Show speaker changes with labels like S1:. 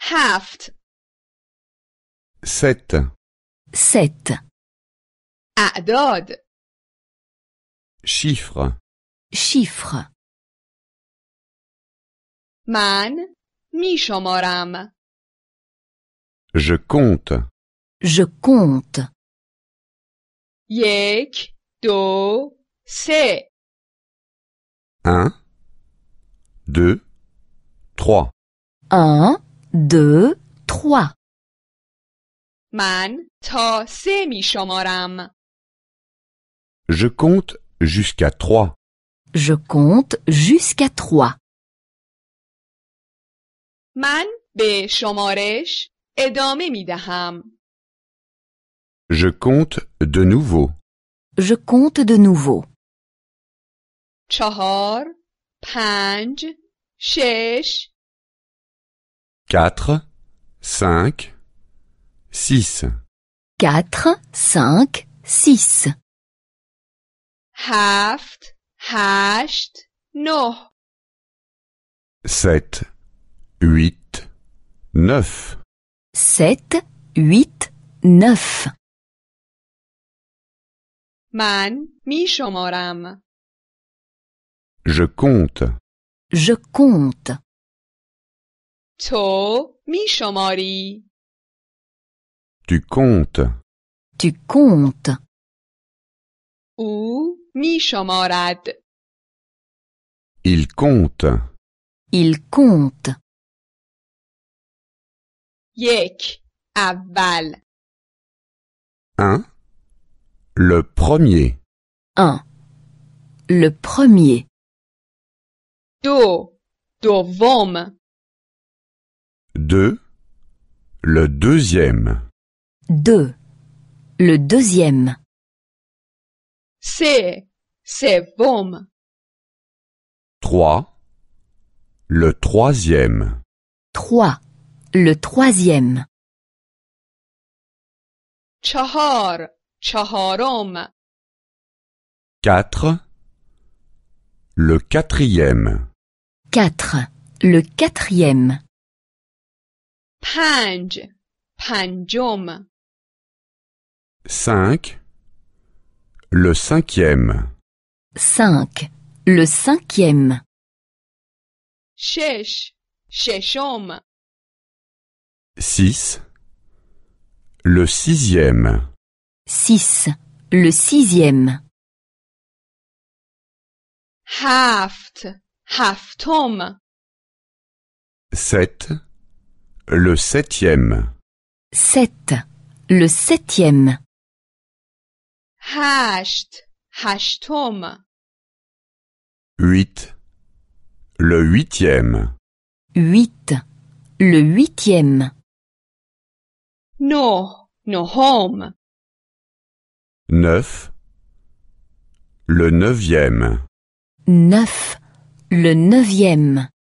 S1: هفت
S2: 7.
S3: 7.
S1: اعداد
S2: Chiffres.
S3: Chiffres.
S1: من می شمارم
S2: Je compte.
S3: Je compte.
S1: یک دو سه
S2: 1, 2, 3.
S3: 1, 2, 3.
S1: من تا سه می شمارم
S2: Je compte jusqu'à 3.
S3: Je compte jusqu'à 3.
S1: من به شمارش ادامه می دهم
S2: Je compte de nouveau.
S3: Je compte de nouveau.
S1: چهار پنج شش
S2: 4, 5, 6,
S3: 4, 5, 6.
S1: هفت هشت نه
S2: 7, 8, 9,
S3: 7, 8, 9.
S1: من می شمارم
S2: Je compte.
S3: Je compte.
S1: تو می شماری
S2: Tu comptes.
S3: Tu comptes.
S1: او می شمارد
S2: Il compte.
S3: Il compte.
S1: یک اول
S2: 1. Le premier.
S3: 1. Le premier.
S1: دو دوم
S2: 2. Le deuxième.
S3: 2. Le deuxième.
S1: سه سوم
S2: 3. Le troisième.
S3: 3. Le troisième.
S1: چهار چهارم
S2: 4. Le quatrième.
S3: 4. Le quatrième.
S1: پنج پنجم
S2: 5. Le cinquième.
S3: 5. Le cinquième.
S1: شش ششم
S2: 6. Le sixième.
S3: 6. Le sixième.
S1: هفت هفتم
S2: 7. Le septième.
S3: 7. Le septième.
S1: هشت هشتم
S2: 8. Le huitième.
S3: 8. Le huitième.
S1: نه نهم
S2: 9. Le neuvième.
S3: 9. Le neuvième.